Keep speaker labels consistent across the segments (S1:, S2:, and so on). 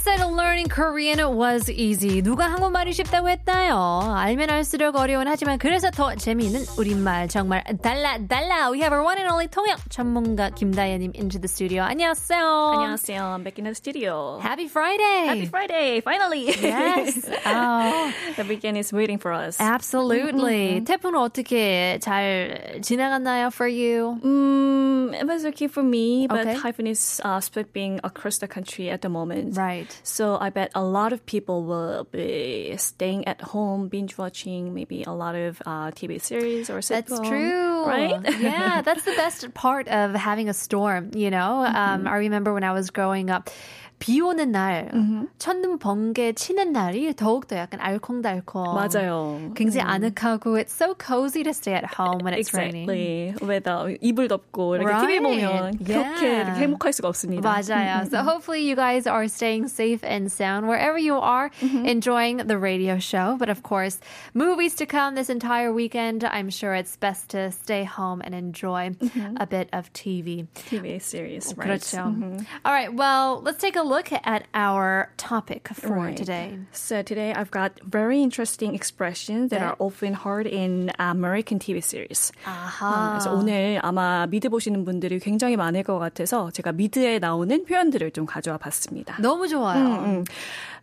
S1: said learning Korean was easy? 누가 한국말이 쉽다고 했나요? 알면 알수록 어려운 하지만 그래서 더 재미있는 우리말 정말 달라 달라. We have our one and only 통역 전문가 김다연님 into the studio. 안녕하세요.
S2: 안녕하세요. I'm back in the studio.
S1: Happy Friday.
S2: Happy Friday, finally.
S1: Yes. Oh,
S2: the weekend is waiting for us. Mm-hmm.
S1: absolutely. 태풍은 어떻게 잘 지나갔나요 for you?
S2: Um, it was okay for me, but
S1: Okay.
S2: typhoon is uh, sweeping across the country at the moment.
S1: Right.
S2: So I bet a lot of people will be staying at home, binge watching maybe a lot of uh, TV series or
S1: That's
S2: sitcom.
S1: true.
S2: right?
S1: yeah, that's the best part of having a storm, you know?
S2: Mm-hmm.
S1: Um, I remember when I was growing up. 비 오는 날,
S2: Mm-hmm.
S1: 천둥 번개 치는 날이 더욱더 약간 알콩달콩.
S2: 맞아요.
S1: 굉장히 아늑하고, it's so cozy to stay at home when it's raining.
S2: Exactly. 왜다 이불 덮고 이렇게 TV 보면
S1: Right.
S2: 그렇게
S1: Yeah.
S2: 이렇게 행복할 수가 없습니다.
S1: 맞아요.
S2: Mm-hmm.
S1: So hopefully you guys are staying safe and sound wherever you are,
S2: Mm-hmm.
S1: enjoying the radio show. But of course, movies to come this entire weekend. I'm sure it's best to stay home and enjoy a bit of TV.
S2: TV series, Mm-hmm. right? Mm-hmm.
S1: 그렇죠. All right. Well, let's take a look at our topic for
S2: Right.
S1: today.
S2: So today I've got very interesting expressions that
S1: 네.
S2: are often heard in uh, American TV series. 어,
S1: 아하.
S2: 그래서 오늘 아마 미드 보시는 분들이 굉장히 많을 것 같아서 제가 미드에 나오는 표현들을 좀 가져와 봤습니다.
S1: 너무 좋아요.
S2: 음.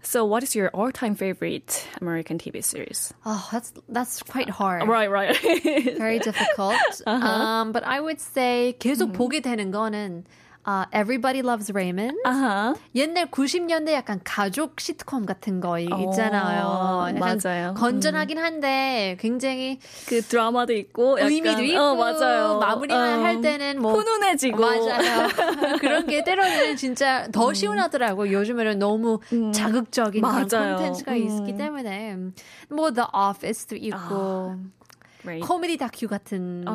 S2: So what is your all-time favorite American TV series?
S1: Oh, that's that's quite hard.
S2: Right, Uh-huh. right.
S1: Very difficult. Um, but I would say 계속
S2: Mm-hmm.
S1: 보게 되는 거는 uh, Everybody Loves Raymond.
S2: uh-huh.
S1: 옛날 90년대 약간 가족 시트콤 같은 거 있잖아요.
S2: 어,
S1: 약간
S2: 맞아요. 음.
S1: 건전하긴 한데 굉장히
S2: 그 드라마도 있고 약간,
S1: 의미도 있고
S2: 어, 맞아요.
S1: 마무리만
S2: 어,
S1: 할 때는 뭐
S2: 훈훈해지고 음.
S1: 맞아요. 그런 게 때로는 진짜 더 시원하더라고. 요즘에는 너무 자극적인 그런
S2: 맞아요. 음.
S1: 콘텐츠가 있기 때문에 뭐 The Office도
S2: 아,
S1: 있고
S2: Right.
S1: 코미디 다큐 같은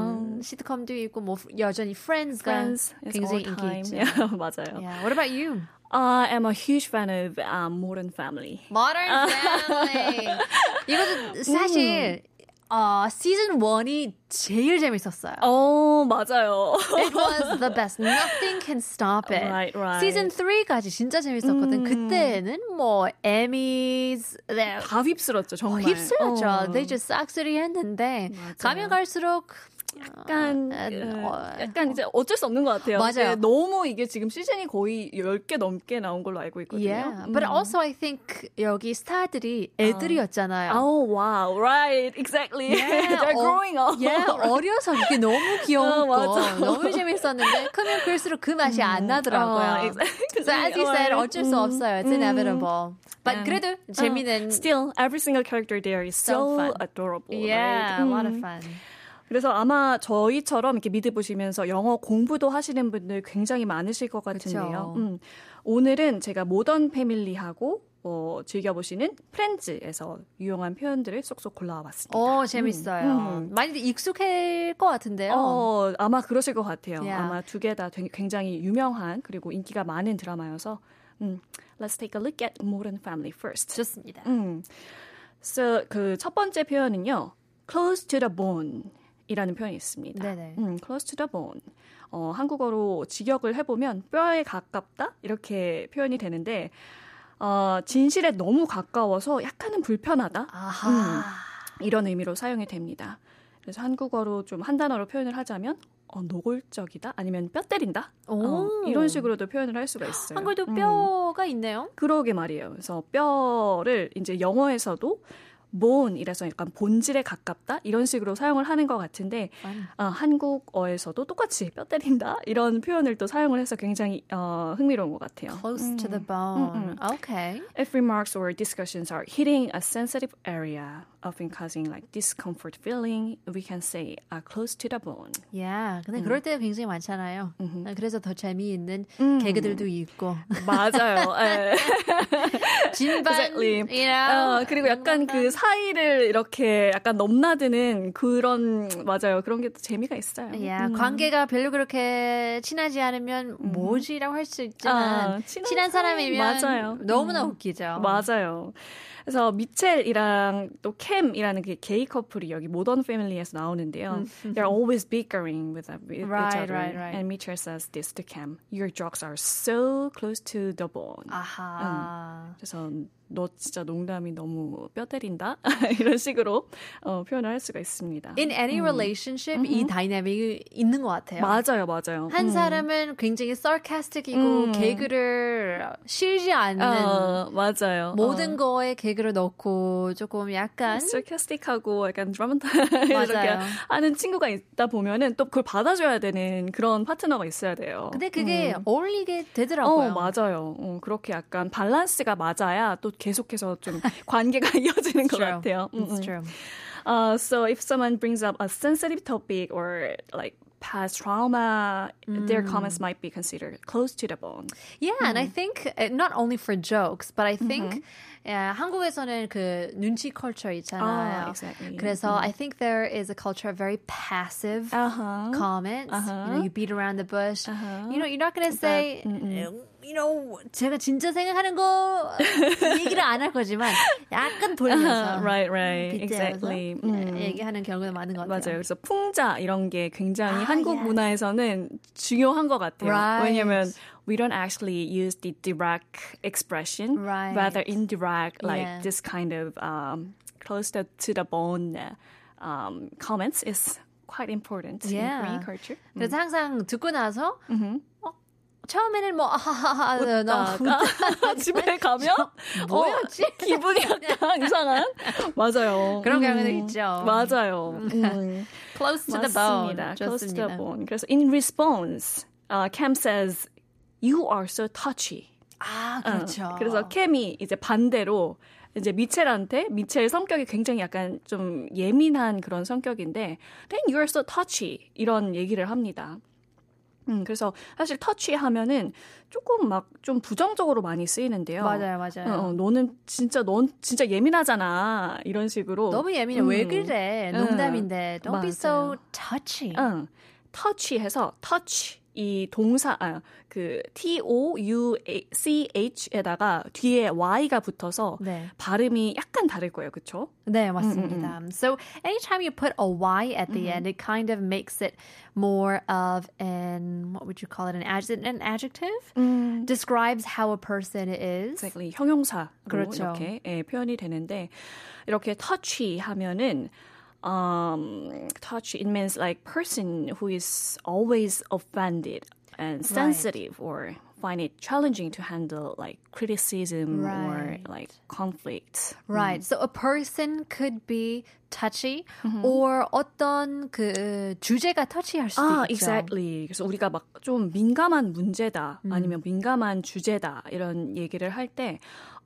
S1: 시트콤도 있고 뭐 여전히 Friends가
S2: 아. Friends is
S1: 굉장히
S2: all
S1: 인기
S2: time.
S1: 있죠.
S2: Yeah, 맞아요.
S1: Yeah. What about you?
S2: I am a huge fan of um, Modern Family.
S1: Modern Family.
S2: 음.
S1: 이것도 사실 어, 시즌 1이 제일 재밌었어요.
S2: 어 맞아요.
S1: It was the best. Nothing can stop it.
S2: Right, right.
S1: 시즌
S2: 음.
S1: 3까지 진짜 재밌었거든. 그때는 뭐 에미's 네,
S2: 다 휩쓸었죠 정말.
S1: 휩쓸었죠.
S2: 어.
S1: They just 싹쓸이 했는데 가면 갈수록
S2: 약간
S1: 어,
S2: 어, 약간 이제 어쩔 수 없는 것 같아요. 네,
S1: 맞아요.
S2: 근데 너무 이게 지금 시즌이 거의 10개 넘게 나온 걸로 알고 있거든요. 음. 어.
S1: Yeah, but also I think 여기 스타들이 애들이었잖아요.
S2: Oh wow, right, exactly. They're
S1: 어,
S2: growing up.
S1: Yeah, 어려서 이게 너무 귀여웠고
S2: 어, 맞아.
S1: 너무 재밌었는데 크면 클수록 그 맛이 안 나더라고요.
S2: 어, exactly.
S1: So as you said,
S2: 어, 음.
S1: 어쩔 수 없어요. It's inevitable. But 그래도 재미는
S2: mm. Still, every single character there is
S1: So
S2: so,
S1: fun.
S2: adorable.
S1: Yeah,
S2: right?
S1: a lot of fun.
S2: 그래서 아마 저희처럼 이렇게 미드 보시면서 영어 공부도 하시는 분들 굉장히 많으실 것
S1: 그쵸.
S2: 같은데요. 음, 오늘은 제가 모던 패밀리하고 어, 즐겨보시는 프렌즈에서 유용한 표현들을 쏙쏙 골라와 봤습니다.
S1: 오, 어, 재밌어요. 많이들 익숙할 것 같은데요.
S2: Mm-hmm. 어, 아마 그러실 것 같아요.
S1: Yeah.
S2: 아마 두 개 다 굉장히 유명한 그리고 인기가 많은 드라마여서 음, Let's take a look at Modern Family first.
S1: 좋습니다.
S2: 음. So, 그첫 번째 표현은요. close to the bone 이라는 표현이 있습니다.
S1: 네네.
S2: 음, close to the bone. 어, 한국어로 직역을 해보면 뼈에 가깝다 이렇게 표현이 되는데 어, 진실에 너무 가까워서 약간은 불편하다
S1: 아하.
S2: 이런 의미로 사용이 됩니다. 그래서 한국어로 좀 한 단어로 표현을 하자면 어, 노골적이다 아니면 뼈 때린다 어,
S1: 오.
S2: 이런 식으로도 표현을 할 수가 있어요.
S1: 한글도
S2: 음.
S1: 뼈가 있네요.
S2: 그러게 말이에요. 그래서 뼈를 이제 영어에서도 bone이라서 약간 본질에 가깝다 이런 식으로 사용을 하는 것 같은데 아, 한국어에서도 똑같이 뼈 때린다 이런 표현을 또 사용을 해서 굉장히 어, 흥미로운 것 같아요.
S1: Close
S2: 음.
S1: to the bone. Okay.
S2: If remarks or discussions are hitting a sensitive area, often causing like discomfort feeling, we can say are close to the bone.
S1: Yeah.
S2: 음.
S1: 근데 그럴 때가 굉장히 많잖아요. 그래서 더 재미있는 음.
S2: 음.
S1: 개그들도 있고
S2: 맞아요. 예.
S1: 진반,
S2: Exactly.
S1: you know?
S2: 어, 그리고 약간 그 사이를 이렇게 약간 넘나드는 그런 맞아요. 그런 게 또 재미가 있어요. 음.
S1: 야, 관계가 별로 그렇게 친하지 않으면 뭐지라고 할 수 있지만
S2: 아,
S1: 친한,
S2: 친한 사이.
S1: 사람이면
S2: 맞아요. 음.
S1: 너무나 웃기죠.
S2: 맞아요. 그래서 미첼이랑 또 캠이라는 그 게이 커플이 여기 모던 패밀리에서 나오는데요. They're always bickering with, with
S1: 음. Right,
S2: each other.
S1: right, right.
S2: And Mitchell says this to Cam. Your drugs are so close to the bone.
S1: 아. 아하.
S2: 그래서 너 진짜 농담이 너무 뼈 때린다 이런 식으로 어, 표현을 할 수가 있습니다.
S1: In any relationship 이 다이나믹이 있는 것 같아요.
S2: 음. 맞아요, 음. 맞아요.
S1: 한 사람은 굉장히 sarcastic이고 개그를 쉬지 않는
S2: 음. 어, 맞아요.
S1: 모든 거에 개그를 넣고 조금 약간
S2: 스캐스틱하고 약간 드라마타
S1: 음?
S2: 이렇게
S1: 맞아요.
S2: 하는 친구가 있다 보면은 또 그걸 받아줘야 되는 그런 파트너가 있어야 돼요.
S1: 근데 그게 어울리게 되더라고요.
S2: 음. 어 맞아요. 어, 그렇게 약간 밸런스가 맞아야 또 계속해서 좀 관계가 이어지는 것
S1: True.
S2: 같아요. 음,
S1: It's
S2: 음.
S1: true.
S2: Uh, so if someone brings up a sensitive topic or like past trauma, their
S1: 음.
S2: comments might be considered close to the bone.
S1: Yeah, and I
S2: Mm-hmm.
S1: think uh, not only for jokes, but I think yeah, 한국에서는 그 눈치 culture 있잖아요.
S2: 아, Oh, exactly. Mm-hmm.
S1: 그래서 I think there is a culture of very passive
S2: Uh-huh.
S1: comments. You know, you beat around the bush. You know, you're not gonna say.
S2: Mm-hmm.
S1: "Um, You know, 제가 진짜 생각하는 거 얘기를 안 할 거지만 약간 돌면서
S2: Uh-huh. right, right,
S1: 음, 빗대면서
S2: exactly. Mm-hmm.
S1: 얘기하는 경우가 많은 것 같아요.
S2: 맞아요. 그래서 풍자 이런 게 굉장히
S1: 아,
S2: 한국
S1: yes.
S2: 문화에서는 중요한 것 같아요.
S1: Right.
S2: 왜냐면 we don't actually use the direct expression,
S1: Right.
S2: rather indirect, like
S1: Yeah.
S2: this kind of um, close to, to the bone um, comments is quite important
S1: Yeah.
S2: in Korean culture.
S1: 그래서 항상 듣고 나서
S2: Mm-hmm.
S1: 어, 처음에는 뭐 아하하하 웃다가
S2: 그 집에 가면
S1: 그 뭐였지?
S2: 어, 기분이 약간 이상한 맞아요. 음.
S1: 그런 경우도 있죠.
S2: 맞아요. 음.
S1: close to the bone.
S2: 맞습니다. Close to
S1: 좋습니다.
S2: the bone. 그래서 in response, uh, Cam says, "You are so touchy."
S1: 아
S2: 어,
S1: 그렇죠.
S2: 그래서 캠이 이제 반대로 이제 미첼한테 미첼 성격이 굉장히 약간 좀 예민한 그런 성격인데, then you are so touchy 이런 얘기를 합니다. 음, 그래서 사실 터치 하면은 조금 막 좀 부정적으로 많이 쓰이는데요.
S1: 맞아요, 맞아요.
S2: 어, 어, 너는 진짜 넌 진짜 예민하잖아 이런 식으로. 음.
S1: 너무 예민해. 왜 그래? 농담인데. Don't be so touchy.
S2: 응. 터치해서 터치 이 동사 아, 그 T O U C H에다가 뒤에 Y가 붙어서
S1: 네.
S2: 발음이 약간 다를 거예요, 그렇죠?
S1: 네, 맞습니다. So anytime you put a y at the end, it kind of makes it more of an what would you call it? An adjective? An adjective describes how a person is.
S2: Exactly. 형용사로
S1: 그렇죠.
S2: 이렇게 예, 표현이 되는데 이렇게 touchy 하면은 um, touch it means like person who is always offended and sensitive or find it challenging to handle like criticism
S1: Right.
S2: or like conflict.
S1: Right. So a person could be touchy
S2: Mm-hmm.
S1: or 어떤 그 주제가 터치할 수도
S2: 아,
S1: 있죠.
S2: exactly. 그래서 우리가 막 좀 민감한 문제다
S1: 음.
S2: 아니면 민감한 주제다 이런 얘기를 할 때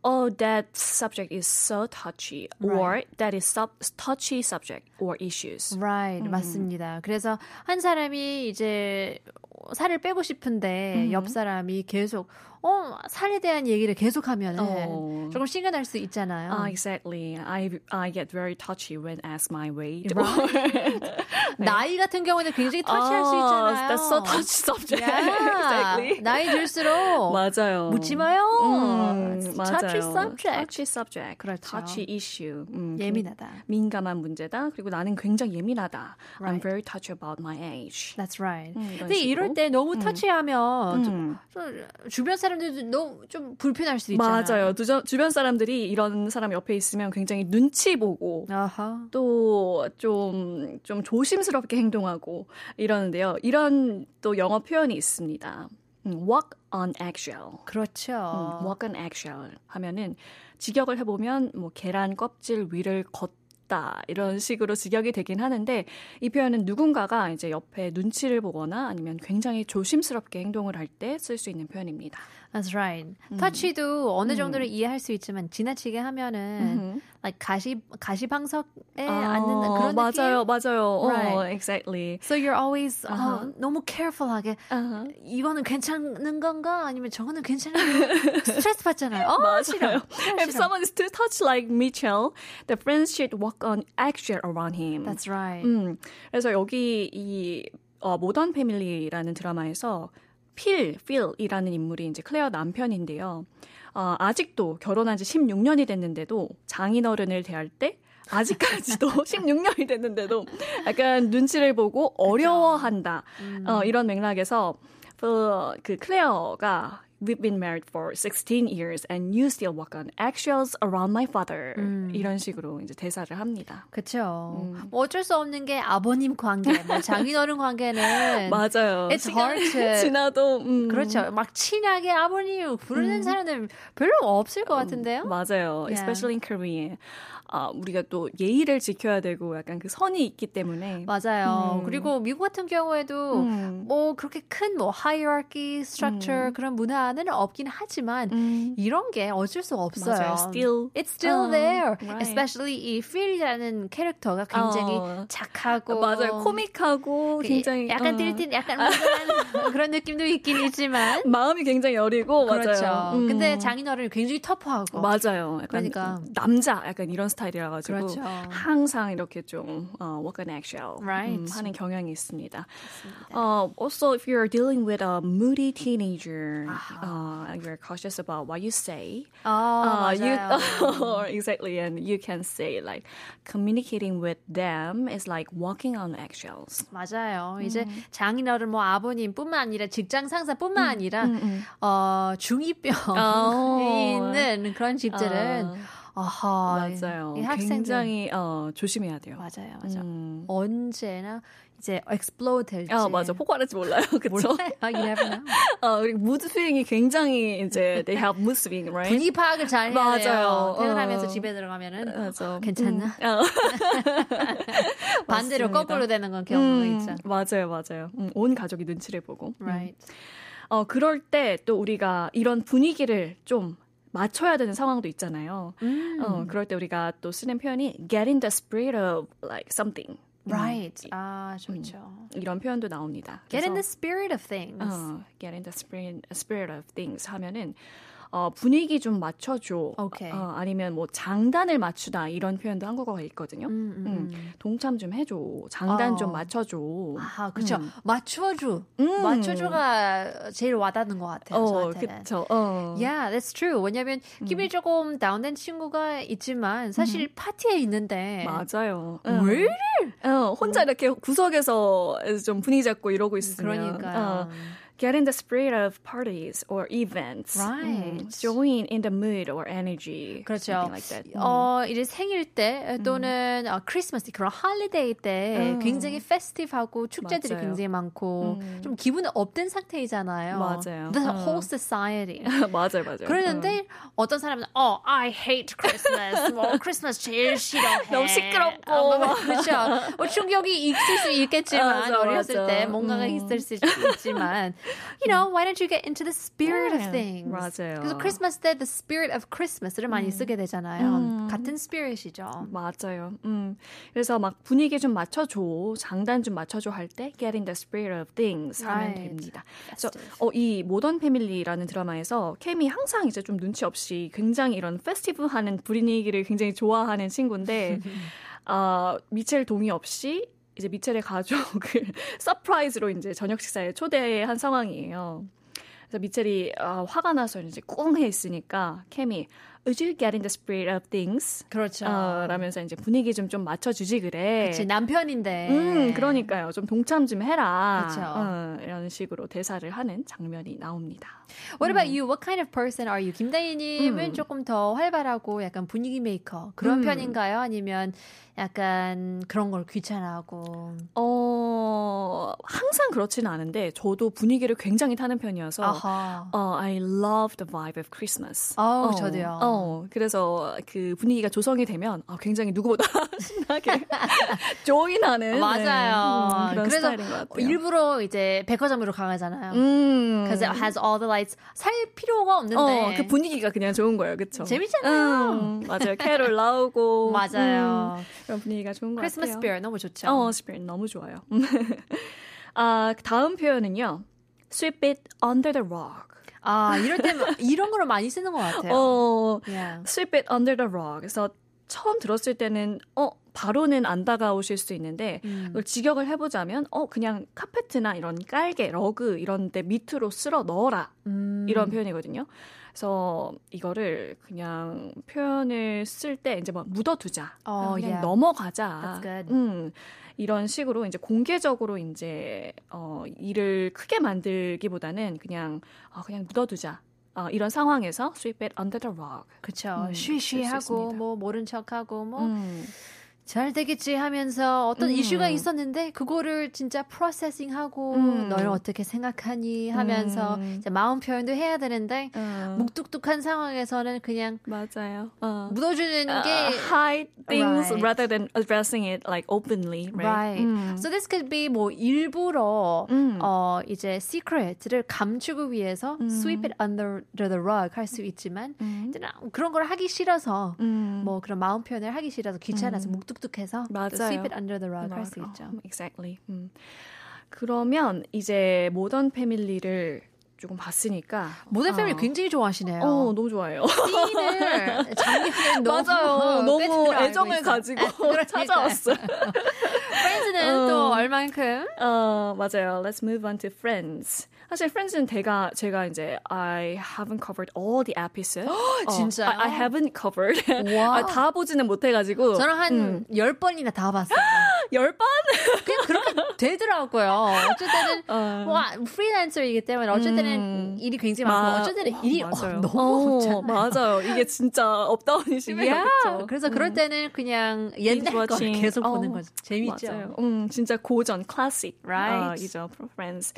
S2: oh that subject is so touchy or that is sub touchy subject or
S1: 음.
S2: issues.
S1: Right, 맞습니다. 그래서 한 사람이 이제 살을 빼고 싶은데
S2: 음.
S1: 옆 사람이 계속 어 살에 대한 얘기를 계속하면
S2: 어.
S1: 은 조금 시가 날 수 있잖아요.
S2: 아, exactly. I I get very touchy when asked my weight.
S1: 나이 같은 경우는 굉장히 터치할 수
S2: Oh,
S1: 있잖아요.
S2: 네. That's so touchy subject.
S1: 야,
S2: exactly.
S1: 나이 들수록
S2: 맞아요.
S1: 어. 묻지 마요.
S2: 음, 맞아요.
S1: touchy subject.
S2: touchy subject.
S1: 그렇죠.
S2: touchy issue. 음,
S1: 예민하다.
S2: 민감한 문제다. 그리고 나는 굉장히 예민하다.
S1: Right.
S2: I'm very touchy about my age.
S1: That's right.
S2: 음, 이런
S1: 근데 이럴
S2: 식으로. 음,
S1: 때 너무 터치하면 좀, 좀 주변 사람들도 너무 좀 불편할 수도 있잖아요.
S2: 맞아요. 두저, 주변 사람들이 이런 사람 옆에 있으면 굉장히 눈치 보고
S1: 아하.
S2: 또 좀 좀 조심스럽게 행동하고 이러는데요. 이런 또 영어 표현이 있습니다. 음, walk on eggshell.
S1: 그렇죠.
S2: 음, walk on eggshell 하면은 직역을 해보면 뭐 계란 껍질 위를 걷다 이런 식으로 직역이 되긴 하는데 이 표현은 누군가가 이제 옆에 눈치를 보거나 아니면 굉장히 조심스럽게 행동을 할 때 쓸 수 있는 표현입니다.
S1: That's right.
S2: 음.
S1: 터치도 어느 정도는 이해할 수 있지만 지나치게 하면은 like 가시 가시방석에 네. 앉는 그런
S2: 아, 맞아요,
S1: 느낌.
S2: 맞아요. 어,
S1: Right.
S2: exactly.
S1: So you're always 어, 너무 careful하게 이거는 괜찮은 건가 아니면 저거는 괜찮은 건가? 스트레스 받잖아요. 어, 싫어. 싫어,
S2: If
S1: 싫어.
S2: someone is too touched like Mitchell, the friends should walk on eggshell around him.
S1: That's right.
S2: 음, 그래서 여기 이 어, 모던 패밀리라는 드라마에서 필, 필이라는 인물이 이제 클레어 남편인데요. 어, 아직도 결혼한 지 16년이 됐는데도 장인어른을 대할 때 아직까지도 16년이 됐는데도 약간 눈치를 보고 어려워한다. 어, 이런 맥락에서 그, 그 클레어가 We've been married for 16 years and you still walk on eggshells around my father. 이런 식으로 이제 대사를 합니다.
S1: 그렇죠.
S2: 음.
S1: 뭐 어쩔 수 없는 게 아버님 관계, 뭐 장인어른 관계는
S2: 맞아요.
S1: It's hard to-
S2: 지나도 음.
S1: 그렇죠. 막 친하게 아버님 부르는 사람들 별로 없을
S2: 음.
S1: 것 같은데요.
S2: 맞아요.
S1: Yeah.
S2: Especially in Korea. 아, 우리가 또 예의를 지켜야 되고 약간 그 선이 있기 때문에.
S1: 맞아요.
S2: 음.
S1: 그리고 미국 같은 경우에도
S2: 음.
S1: 뭐 그렇게 큰 뭐 하이어키 스트럭처 그런 문화는 없긴 하지만
S2: 음.
S1: 이런 게 어쩔 수 없어요.
S2: 맞아요. Still.
S1: It's still
S2: 어,
S1: there.
S2: right.
S1: Especially 이 필이라는 캐릭터가 굉장히
S2: 어.
S1: 착하고
S2: 맞아요. 코믹하고
S1: 그
S2: 굉장히
S1: 약간
S2: 어.
S1: 띨띨 약간 우울한 그런 느낌도 있긴 있지만
S2: 마음이 굉장히 여리고
S1: 그렇죠.
S2: 맞아요. 음.
S1: 근데 장인어른 굉장히 터프하고
S2: 맞아요. 약간
S1: 그러니까.
S2: 남자 약간 이런 스타일이라 가지고
S1: 그렇죠.
S2: 항상 이렇게 좀 어, walk an eggshell 음,
S1: Right.
S2: 하는 경향이 있습니다. 어, also, if you're dealing with a moody teenager, uh, you're cautious about what you say.
S1: 아,
S2: Uh, you,
S1: 맞아요.
S2: exactly, and you can say like communicating with them is like walking on eggshells.
S1: 맞아요. 이제
S2: 음.
S1: 장인어른 뭐 아버님뿐만 아니라 직장 상사뿐만 아니라 어 중이병 이
S2: 음, 어. 아.
S1: 있는 그런 집들은 아하
S2: 맞아요.
S1: 어, 예. 이 학생들
S2: 굉장히 어, 조심해야 돼요.
S1: 맞아요, 맞아. 요
S2: 음.
S1: 언제나 이제 explode 될지.
S2: 아 맞아 폭발할지 몰라요 그쵸?
S1: 아, you never know.
S2: 어 그리고 무드 스윙이 굉장히 이제 they have mood swing right?
S1: 분위기 파악을 잘 해야
S2: 맞아요.
S1: 돼요. 퇴근하면서
S2: 어.
S1: 집에 들어가면은
S2: 맞아.
S1: 괜찮나?
S2: 어.
S1: 반대로
S2: 맞습니다.
S1: 거꾸로 되는 건 경우가
S2: 음,
S1: 있잖아.
S2: 맞아요, 맞아요. 음, 온 가족이 눈치를 보고. 음.
S1: Right.
S2: 어, 그럴 때 또 우리가 이런 분위기를 좀 맞춰야 되는 상황도 있잖아요.
S1: 음.
S2: 어, 그럴 때 우리가 또 쓰는 표현이 get in the spirit of like something. 음,
S1: Right. 아, 좋죠.
S2: 이런 표현도 나옵니다.
S1: Get in the
S2: 그래서,
S1: spirit of things.
S2: 어, get in the spirit, spirit of things 하면은 어, 분위기 좀 맞춰줘.
S1: 오케이.
S2: 어, 아니면 뭐 장단을 맞추다 이런 표현도 한국어가 있거든요.
S1: 음, 음, 음.
S2: 음, 동참 좀 해줘. 장단
S1: 어.
S2: 좀 맞춰줘.
S1: 아, 그렇죠.
S2: 음.
S1: 맞춰줘.
S2: 음.
S1: 맞춰줘가 제일 와닿는 것 같아요.
S2: 어,
S1: 저한테는. 예.
S2: 그쵸. 음. 어.
S1: Yeah, that's true. 왜냐면 기분이 조금 다운된 친구가 있지만
S2: 음.
S1: 사실 파티에 있는데
S2: 맞아요.
S1: 왜 이래?
S2: 어, 혼자 이렇게 구석에서 좀 분위기 잡고 이러고 있으면
S1: 음, 그러니까요.
S2: 어, get in the spirit of parties or events.
S1: Right.
S2: 음, join in the mood or energy.
S1: 그렇죠.
S2: something Like that.
S1: 어,
S2: 음.
S1: 이제 생일 때 또는 어, 크리스마스 그런 할리데이 때
S2: 음.
S1: 굉장히 페스티브하고 축제들이
S2: 맞아요.
S1: 굉장히 많고
S2: 음.
S1: 좀 기분 업된 상태이잖아요.
S2: 맞아요.
S1: The
S2: 어.
S1: whole society.
S2: 맞아요, 맞아요. 어.
S1: 그러는데 어떤 사람은 어 I hate Christmas 뭐 크리스마스 제일 싫어해
S2: 너무 시끄럽고.
S1: 어, 뭐, 그렇죠 뭐 충격이 있을 수 있겠지만
S2: 맞아,
S1: 어렸을
S2: 맞아.
S1: 때 뭔가가
S2: 음.
S1: 있을 수 있지만 you know why don't you get into the spirit of
S2: 네,
S1: things
S2: 맞아요.
S1: 그래서 크리스마스 때 the spirit of Christmas를 많이 쓰게 되잖아요
S2: 음.
S1: 같은 spirit이죠
S2: 어. 맞아요. 음. 그래서 막 분위기 좀 맞춰줘, 장단 좀 맞춰줘 할 때 get in the spirit of things 하면
S1: Right.
S2: 됩니다. 그래서 어, 이 모던 패밀리라는 드라마에서 캠이 항상 이제 좀 눈치 없이 굉장히 이런 페스티브하는 분위기를 굉장히 좋아하는 친구인데 아 미첼 동의 없이 이제 미첼의 가족을 서프라이즈로 이제 저녁 식사에 초대한 상황이에요. 그래서 미첼이 아, 화가 나서 이제 꽁해 있으니까 캠이 Would you get in the spirit of things?
S1: 그렇죠
S2: 어, 라면서 이제 분위기 좀 좀 맞춰주지 그래.
S1: 제 남편인데
S2: 음, 그러니까요. 좀 동참 좀 해라.
S1: 네. 그쵸.
S2: 어, 이런 식으로 대사를 하는 장면이 나옵니다.
S1: What about
S2: 음.
S1: you? What kind of person are you? 김다희님은 조금 더 활발하고 약간 분위기 메이커 그런
S2: 음.
S1: 편인가요? 아니면 약간 그런 걸 귀찮아하고
S2: 어, 항상 그렇지는 않은데 저도 분위기를 굉장히 타는 편이어서
S1: 아하
S2: 어, I love the vibe of Christmas.
S1: 아우,
S2: 어,
S1: 저도요.
S2: 어, 그래서 그 분위기가 조성이 되면 아, 굉장히 누구보다 신나게 조인하는
S1: 맞아요.
S2: 네, 음, 그런
S1: 그래서
S2: 스타일인 것 같아요.
S1: 어, 일부러 이제 백화점으로 가잖아요.
S2: 음.
S1: Because it has all the lights. 살 필요가
S2: 어,
S1: 없는데
S2: 그 분위기가 그냥 좋은 거예요. 그쵸?
S1: 재밌잖아요.
S2: 음, 맞아요. 캐롤 나오고.
S1: 맞아요.
S2: 음, 그런 분위기가 좋은 것
S1: 크리스마스
S2: 같아요.
S1: spirit 너무 좋죠.
S2: 어, spirit 너무 좋아요. 아, 그 다음 표현은요. sweep it under the rug.
S1: 아 이럴 때 이런 거를 많이 쓰는 것 같아요.
S2: 어,
S1: Yeah.
S2: sweep it under the rug. 그래서 처음 들었을 때는 어, 바로는 안 다가오실 수 있는데 이걸 직역을 해 보자면 어, 그냥 카페트나 이런 깔개, 러그 이런 데 밑으로 쓸어 넣어라.
S1: 음.
S2: 이런 표현이거든요. 그래서 이거를 그냥 표현을 쓸 때 이제 막 묻어두자.
S1: Oh,
S2: 음. 그냥
S1: yeah.
S2: 넘어가자.
S1: That's good.
S2: 음, 이런 식으로 이제 공개적으로 이제 어, 일을 크게 만들기보다는 그냥 어, 그냥 묻어두자. 어, 이런 상황에서 sweep it under the rug.
S1: 그쵸.
S2: 음, 쓸수
S1: 쉬쉬하고
S2: 있습니다.
S1: 뭐 모른 척하고 뭐
S2: 음.
S1: 잘 되겠지 하면서 어떤
S2: 음.
S1: 이슈가 있었는데 그거를 진짜 프로세싱하고
S2: 음.
S1: 너를 어떻게 생각하니 하면서 음.
S2: 음.
S1: 이제 마음 표현도 해야 되는데
S2: 어,
S1: 묵뚝뚝한 상황에서는 그냥
S2: 맞아요. 어.
S1: 묻어주는
S2: Uh,
S1: 게
S2: hide things
S1: Right.
S2: rather than addressing it like openly, right?
S1: right. So this could be 뭐 일부러
S2: 음.
S1: 어 이제 secret를 감추기 위해서 sweep it under the rug 할 수 있지만
S2: 음.
S1: 이제 나- 그런 걸 하기 싫어서
S2: 음.
S1: 뭐 그런 마음 표현을 하기 싫어서 귀찮아서 묵뚝뚝해서 또
S2: 맞아요.
S1: sweep it under the rug 할 음, 수
S2: 어,
S1: 있죠.
S2: exactly. 음. 그러면 이제 모던 패밀리를 조금 봤으니까
S1: 모델
S2: 어.
S1: 패밀리 굉장히 좋아하시네요.
S2: 어, 너무 좋아요.
S1: 씬을 작년에 너무
S2: 맞아요. 너무
S1: 팬으로 어, 알고
S2: 애정을
S1: 있어요.
S2: 가지고
S1: 그러니까요.
S2: 찾아왔어요.
S1: 프렌즈는
S2: 어.
S1: 또 얼만큼?
S2: 어, 맞아요. Let's move on to Friends. 사실 Friends는 제가 제가 이제 I haven't covered all the episodes. 어,
S1: 진짜요?
S2: I, I haven't covered.
S1: 와.
S2: 아, 다 보지는 못해가지고
S1: 저는 한 열번이나다 봤어요.
S2: 열 번?
S1: 그냥 그렇게 되더라고요. 어쨌든
S2: 어.
S1: 와 프리랜서이기 때문에 어쨌든
S2: 음.
S1: 일이 굉장히 많고 뭐 아, 어쨌든 일이 어, 너무
S2: 아, 어,
S1: 없잖아요.
S2: 맞아요. 이게 진짜 업다운이 심해요. 그쵸?
S1: 그래서 그럴 때는 그냥 옛날 거
S2: Binge watching.
S1: 계속 보는
S2: 어,
S1: 거죠. 재밌죠.
S2: 맞아요. 음, 진짜 고전, classic.
S1: Right.
S2: 어, 이죠, friends.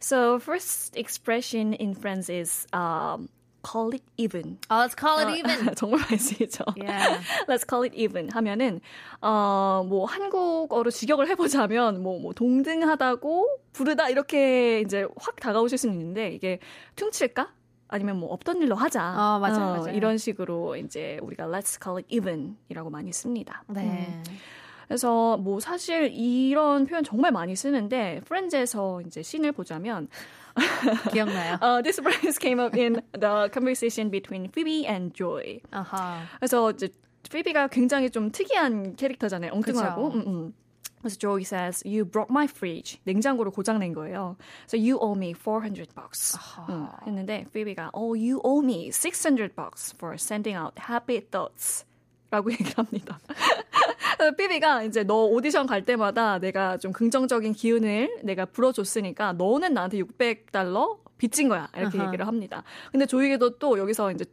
S2: So, first expression in friends is um, call it even.
S1: 어, let's call it even.
S2: 정말 많이 쓰이죠.
S1: Yeah.
S2: Let's call it even 하면은 어, 뭐 한국어로 직역을 해보자면 뭐, 뭐 동등하다고 부르다 이렇게 이제 확 다가오실 수는 있는데 이게 퉁칠까? 아니면 뭐 없던 일로 하자.
S1: 어, 맞아요, 맞아요.
S2: 이런 식으로 이제 우리가 let's call it even이라고 많이 씁니다. 음.
S1: 네.
S2: 그래서 뭐 사실 이런 표현 정말 많이 쓰는데 프렌즈에서 이제 씬을 보자면
S1: 기억나요?
S2: 어, this phrase came up in the conversation between Phoebe and Joy.
S1: 아하.
S2: 그래서 이제 피비가 굉장히 좀 특이한 캐릭터잖아요. 엉뚱하고.
S1: 그쵸.
S2: 음, 음. 그래서 Joey says, you broke my fridge. 냉장고를 고장낸 거예요. So you owe me 400 bucks. 음, 했는데 피비가, oh, you owe me 600 bucks for sending out happy thoughts. 라고 얘기를 합니다. 그래서 피비가 이제 너 오디션 갈 때마다 내가 좀 긍정적인 기운을 내가 불어줬으니까 너는 나한테 600달러 빚진 거야. 이렇게
S1: 아하.
S2: 얘기를 합니다. 근데 조이게도 또 여기서 이제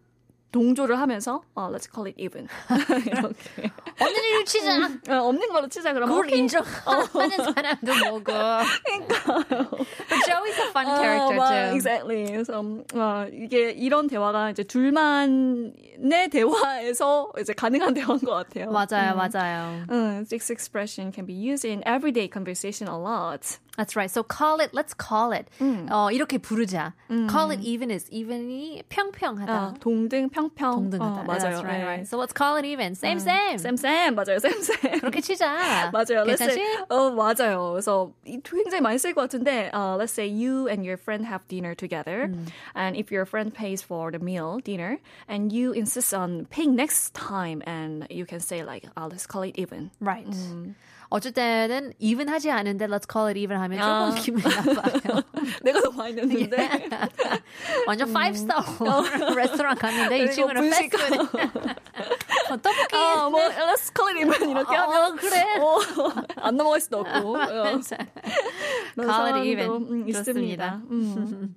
S2: 동조를 하면서 어, let's call it even 이렇게
S1: 없는 일을 치자.
S2: 어, 없는 걸로 치자 그러면
S1: 그걸
S2: 오케이.
S1: 인정하는 사람도 뭐고. But Joey's a fun character
S2: 어, 와,
S1: too.
S2: Oh, exactly. 그래서 음, 와, 이게 이런 대화가 이제 둘만의 대화에서 이제 가능한 대화인 것 같아요.
S1: 맞아요, 맞아요.
S2: 음, this expression can be used in everyday conversation a lot.
S1: That's right. So call it, let's call it.
S2: Mm.
S1: 어, 이렇게 부르자. Call it even is even이 평평하다.
S2: 아, 동등 평평
S1: 어? 동등하다.
S2: 어, 맞아요.
S1: That's right,
S2: 네.
S1: right. So let's call it even. Same, same.
S2: 쌤쌤 맞아요. 쌤쌤.
S1: 그렇게 치자.
S2: 맞아요. Let's
S1: 괜찮지?
S2: say, 어, 맞아요. 그래서 이 굉장히 많이 쓸 것 같은데, uh, let's say you and your friend have dinner together,
S1: 음.
S2: and if your friend pays for the meal, dinner, and you insist on paying next time, and you can say like, uh, let's call it even.
S1: Right. 어쨌든 even 하지 않은데 let's call it even 하면 조금
S2: 아.
S1: 기분 나빠요.
S2: 내가 더 많이 냈는데.
S1: 완전 5 star 레스토랑 갔는데 이
S2: 그리고
S1: 친구는
S2: 분식
S1: 패스트푸드 어, 떡볶이
S2: 아, 뭐, let's call it even 이렇게
S1: 어,
S2: 하면
S1: 그래.
S2: 어, 안 넘어갈 수도 없고. 어, 그런
S1: Call it
S2: 상황도,
S1: even.
S2: 음, 있습니다. 음.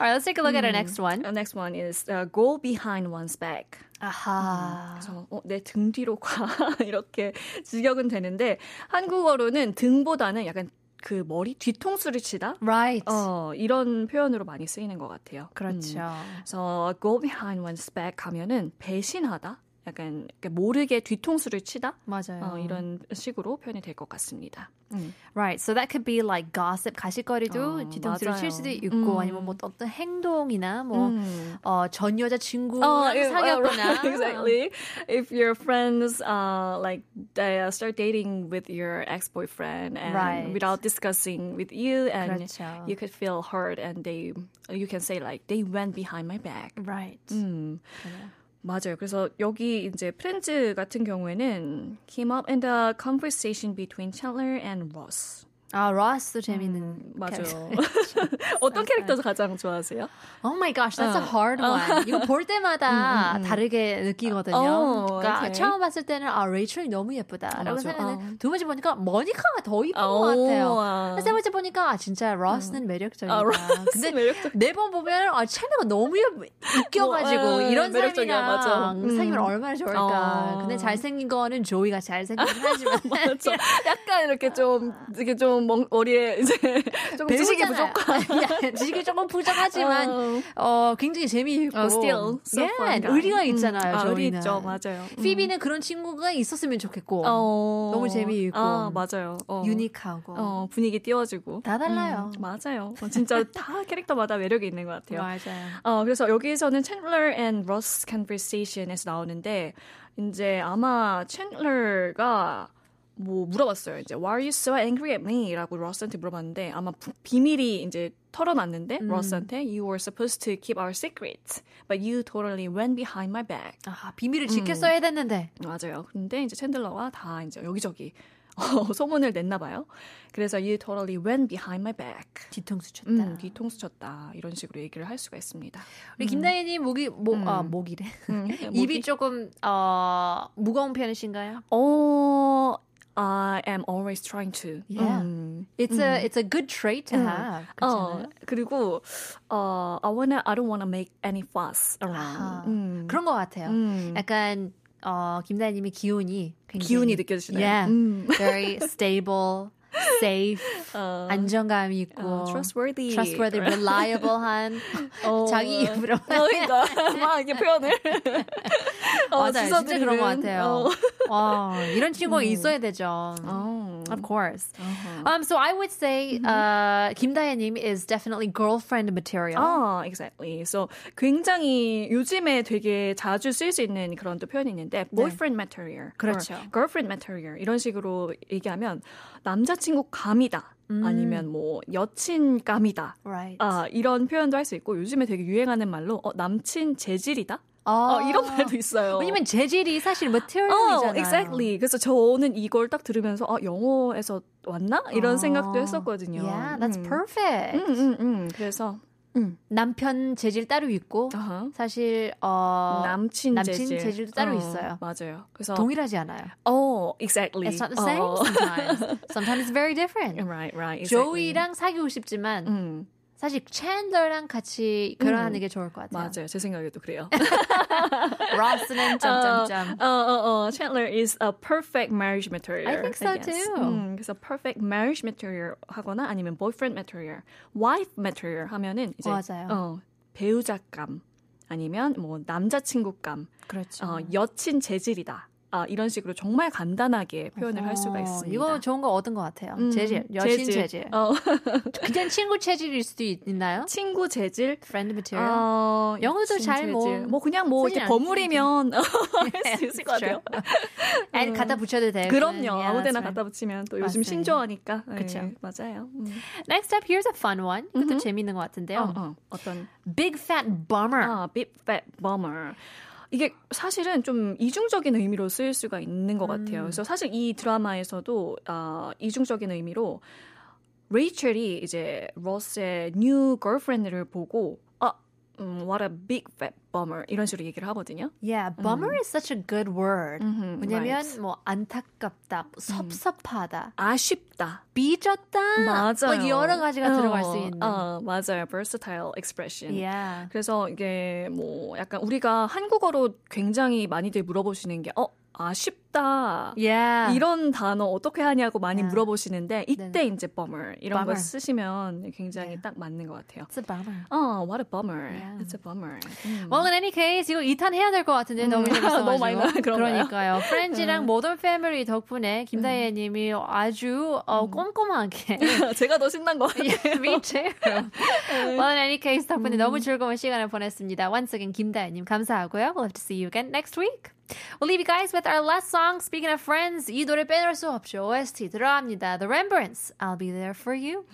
S1: Alright, let's take a look at our next one.
S2: The next one is uh, go behind one's back.
S1: 아하.
S2: 그래서 어, 내 등 뒤로 가 이렇게 직역은 되는데 한국어로는 등보다는 약간 그 머리 뒤통수를 치다
S1: Right.
S2: 어, 이런 표현으로 많이 쓰이는 것 같아요.
S1: 그렇죠.
S2: 음. 그래서 go behind one's back 하면은 배신하다. 약간 이렇게 모르게 뒤통수를 치다.
S1: 맞아요.
S2: 어, 이런 식으로 표현이 될 것 같습니다. 음.
S1: Right. So that could be like gossip, 가십거리도
S2: 어,
S1: 뒤통수를 칠
S2: 맞아요.
S1: 수도 있고
S2: 음.
S1: 아니면 뭐 어떤 행동이나 뭐
S2: 음.
S1: 어, 전 여자 친구
S2: 어, it-
S1: 사귀었구나.
S2: right, exactly. If your friends, uh, like they uh, start dating with your ex-boyfriend and
S1: Right.
S2: without discussing with you, and
S1: 그렇죠.
S2: you could feel hurt, and they, you can say like they went behind my back.
S1: Right.
S2: 음. 맞아요. 그래서 여기 이제 프렌즈 같은 경우에는 came up in the conversation between Chandler and Ross.
S1: 아, 로스 재밌는.
S2: 음, 맞아요.
S1: 캐릭터.
S2: 어떤 캐릭터 가장 좋아하세요?
S1: Oh my gosh, that's a
S2: 어. 음,
S1: hard one. 이거 볼 때마다 다르게 느끼거든요.
S2: 어,
S1: 그러니까
S2: 오케이.
S1: 처음 봤을 때는 아 레이첼이 너무 예쁘다라고
S2: 맞아.
S1: 생각했는데
S2: 어.
S1: 두 번째 보니까 모니카가 더 이쁜 것
S2: 오,
S1: 같아요.
S2: 아.
S1: 세 번째 보니까 아 진짜 로스는 매력적이다.
S2: 음. 아, 로스
S1: 근데
S2: 매력적.
S1: 매번 보면 아 찰나가 너무 웃겨가지고
S2: 뭐, 에,
S1: 이런
S2: 매력적이야,
S1: 사람이랑
S2: 맞아. 음.
S1: 사귀면 얼마나 좋을까.
S2: 어.
S1: 근데 잘생긴 거는 조이가 잘생긴 하지만
S2: 그렇죠. 약간 이렇게 좀 이게 좀 멍, 머리에 이제 좀 지식이
S1: 배우잖아요.
S2: 부족한.
S1: 아니야, 지식이 조금 부족하지만
S2: 어.
S1: 어 굉장히 재미있고
S2: 어, still so
S1: 예,
S2: fun guy.
S1: 의리가 있잖아요.
S2: 아, 의리
S1: 저희는.
S2: 있죠, 맞아요. 음.
S1: 피비는 그런 친구가 있었으면 좋겠고
S2: 어.
S1: 너무 재미있고.
S2: 아, 맞아요. 어.
S1: 유니크하고
S2: 어, 분위기 띄워주고.
S1: 다 달라요.
S2: 음, 맞아요. 어, 진짜 다 캐릭터마다 매력이 있는 것 같아요.
S1: 맞아요.
S2: 어, 그래서 여기에서는 Chandler and Ross conversation에서 나오는데 이제 아마 Chandler가 뭐 물어봤어요. 이제 Why are you so angry at me?라고 로스한테 물어봤는데 아마 부- 비밀이 이제 털어놨는데 로스한테 You were supposed to keep our secret, but you totally went behind my back.
S1: 아 비밀을
S2: 음.
S1: 지켰어야 됐는데
S2: 맞아요. 근데 이제 챈들러가 다 이제 여기저기 어, 소문을 냈나 봐요. 그래서 You totally went behind my back.
S1: 뒤통수 쳤다.
S2: 음, 뒤통수 쳤다 이런 식으로 얘기를 할 수가 있습니다.
S1: 우리 김다혜님 목이 목 아,
S2: 음.
S1: 목이래.
S2: 그
S1: 입이 조금 어 무거운 편이신가요?
S2: 어, I am always trying to.
S1: Yeah.
S2: 음.
S1: It's a it's a good trait to have.
S2: 어,
S1: 그렇잖아요.
S2: 그리고 어, I wanna, I don't wanna make any fuss around.
S1: 아,
S2: 음.
S1: 그런 것 같아요.
S2: 음.
S1: 약간 어, 김다희님의 기운이 굉장히-
S2: 기운이 느껴지시네요.
S1: Yeah,
S2: 음.
S1: very stable, safe,
S2: 어,
S1: 안정감이 있고
S2: 어, Uh, trustworthy.
S1: trustworthy, reliable한
S2: 어.
S1: 자기 입으로
S2: 어, 그러니까 막 이게 표현을.
S1: 맞아요. 진짜
S2: 주서들은,
S1: 그런 것 같아요.
S2: 어.
S1: 와, 이런 친구가 있어야 되죠.
S2: 어. Uh-huh. Mm-hmm.
S1: Of course. Um, so I would say uh, 김다혜님 is definitely girlfriend material.
S2: 아, exactly. So 굉장히 요즘에 되게 자주 쓸 수 있는 그런 또 표현이 있는데 boyfriend material,
S1: 네. 그렇죠.
S2: or girlfriend material 이런 식으로 얘기하면 남자친구 감이다. 아니면 뭐 여친 감이다.
S1: 음. Right.
S2: 아, 이런 표현도 할 수 있고 요즘에 되게 유행하는 말로 어, 남친 재질이다. 어, 이런 말도 있어요.
S1: 아. 왜냐면 재질이 사실
S2: 어,
S1: material이잖아요.
S2: exactly. 그래서 저는 이걸 딱 들으면서 아, 영어에서 왔나? 이런
S1: 어.
S2: 생각도 했었거든요.
S1: Yeah, that's
S2: 음.
S1: perfect.
S2: 음, 음, 음. 그래서 uh-huh. 음.
S1: 남편 재질 따로 있고
S2: 아하.
S1: 사실 어
S2: 남친,
S1: 남친
S2: 재질.
S1: 재질도 따로 있어요.
S2: 맞아요. 그래서
S1: 동일하지 않아요.
S2: 어, exactly.
S1: It's not the same
S2: 어.
S1: sometimes. Sometimes it's very different.
S2: right, right. Exactly.
S1: 조이랑 사귀고 싶지만
S2: 음,
S1: 사실 챈더랑 같이 결혼하는 게 좋을 것 같아요.
S2: 맞아요. 제 생각에도 그래요.
S1: 로스는 점점점.
S2: 어, 어, 어. Chandler is a perfect marriage material.
S1: I think so
S2: guess.
S1: too.
S2: 음, 그래서 perfect marriage material 하거나 아니면 boyfriend material, wife material 하면은 이제
S1: 맞아요.
S2: 어, 배우자감 아니면 뭐 남자친구감,
S1: 그렇죠.
S2: 어, 여친 재질이다. 아, 이런 식으로 정말 간단하게 표현을 할 수가
S1: 어,
S2: 있습니다.
S1: 이거 좋은 거 얻은 것 같아요.
S2: 음,
S1: 재질, 여신 재질.
S2: 어.
S1: 그냥 친구 체질일 수도 있, 나요
S2: 친구 재질.
S1: Friend material.
S2: 어,
S1: 영어도
S2: 여친
S1: 잘 뭐-
S2: 재질. 뭐 그냥 뭐
S1: 쓰진
S2: 이렇게 버무리면 할
S1: 네,
S2: 수 있을 것 같아요.
S1: 아니 갖다 붙여도 돼.
S2: 음. 그럼요.
S1: Yeah,
S2: 아무데나
S1: that's right.
S2: 갖다 붙이면 또 요즘
S1: 네, 맞습니다.
S2: 신조어니까. 네,
S1: 그쵸.
S2: 맞아요. 음.
S1: Next up, here's a fun one. 이것도 재밌는 것
S2: 어,
S1: 같은데요.
S2: 어. 어떤
S1: Big fat bummer.
S2: 아, big fat bummer. 이게 사실은 좀 이중적인 의미로 쓰일 수가 있는 것
S1: 음.
S2: 같아요. 그래서 사실 이 드라마에서도 아, 이중적인 의미로 레이첼이 이제 로스의 new girlfriend를 보고 아, 음, what a big fat bummer 이런 식으로 얘기를 하거든요.
S1: Yeah, bummer
S2: 음.
S1: is such a good word.
S2: 음흠,
S1: 왜냐면
S2: right.
S1: 뭐 안타깝다, 뭐 섭섭하다,
S2: 아쉽다.
S1: 삐졌다,
S2: 맞아요.
S1: 막 여러 가지가 들어갈 수
S2: 어,
S1: 있는. 예.
S2: 어, 맞아요. versatile expression.
S1: Yeah.
S2: 그래서 이게 뭐 약간 우리가 한국어로 굉장히 많이들 물어보시는 게 어, 아쉽다.
S1: Yeah.
S2: 이런 단어 어떻게 하냐고 많이
S1: 아.
S2: 물어보시는데 이때
S1: 네네.
S2: 이제 bummer 이런 거
S1: bummer.
S2: 쓰시면 굉장히
S1: 네.
S2: 딱 맞는 것 같아요.
S1: It's a bummer.
S2: 어, what a bummer.
S1: Yeah.
S2: It's a bummer. 음.
S1: Well, in any case, 이거 2탄 해야 될 것 같은데 음. 너무 재밌어가지고.
S2: 너무 많이 나와, 그런가요?
S1: 그러니까요. 음. 프렌즈랑 모던 패밀리 덕분에 김다혜님이 아주 어, 꼼꼼하게
S2: 음. 제가 더 신난 거 같아요.
S1: Me too. well, in any case, 덕분에 너무 즐거운 시간을 보냈습니다. Once again, 김다혜님 감사하고요. We'll have to see you again next week. We'll leave you guys with our last song. Speaking of friends, 이 노래 빼놓을 수 없죠. OST 들어갑니다. The Rembrandts. I'll be there for you.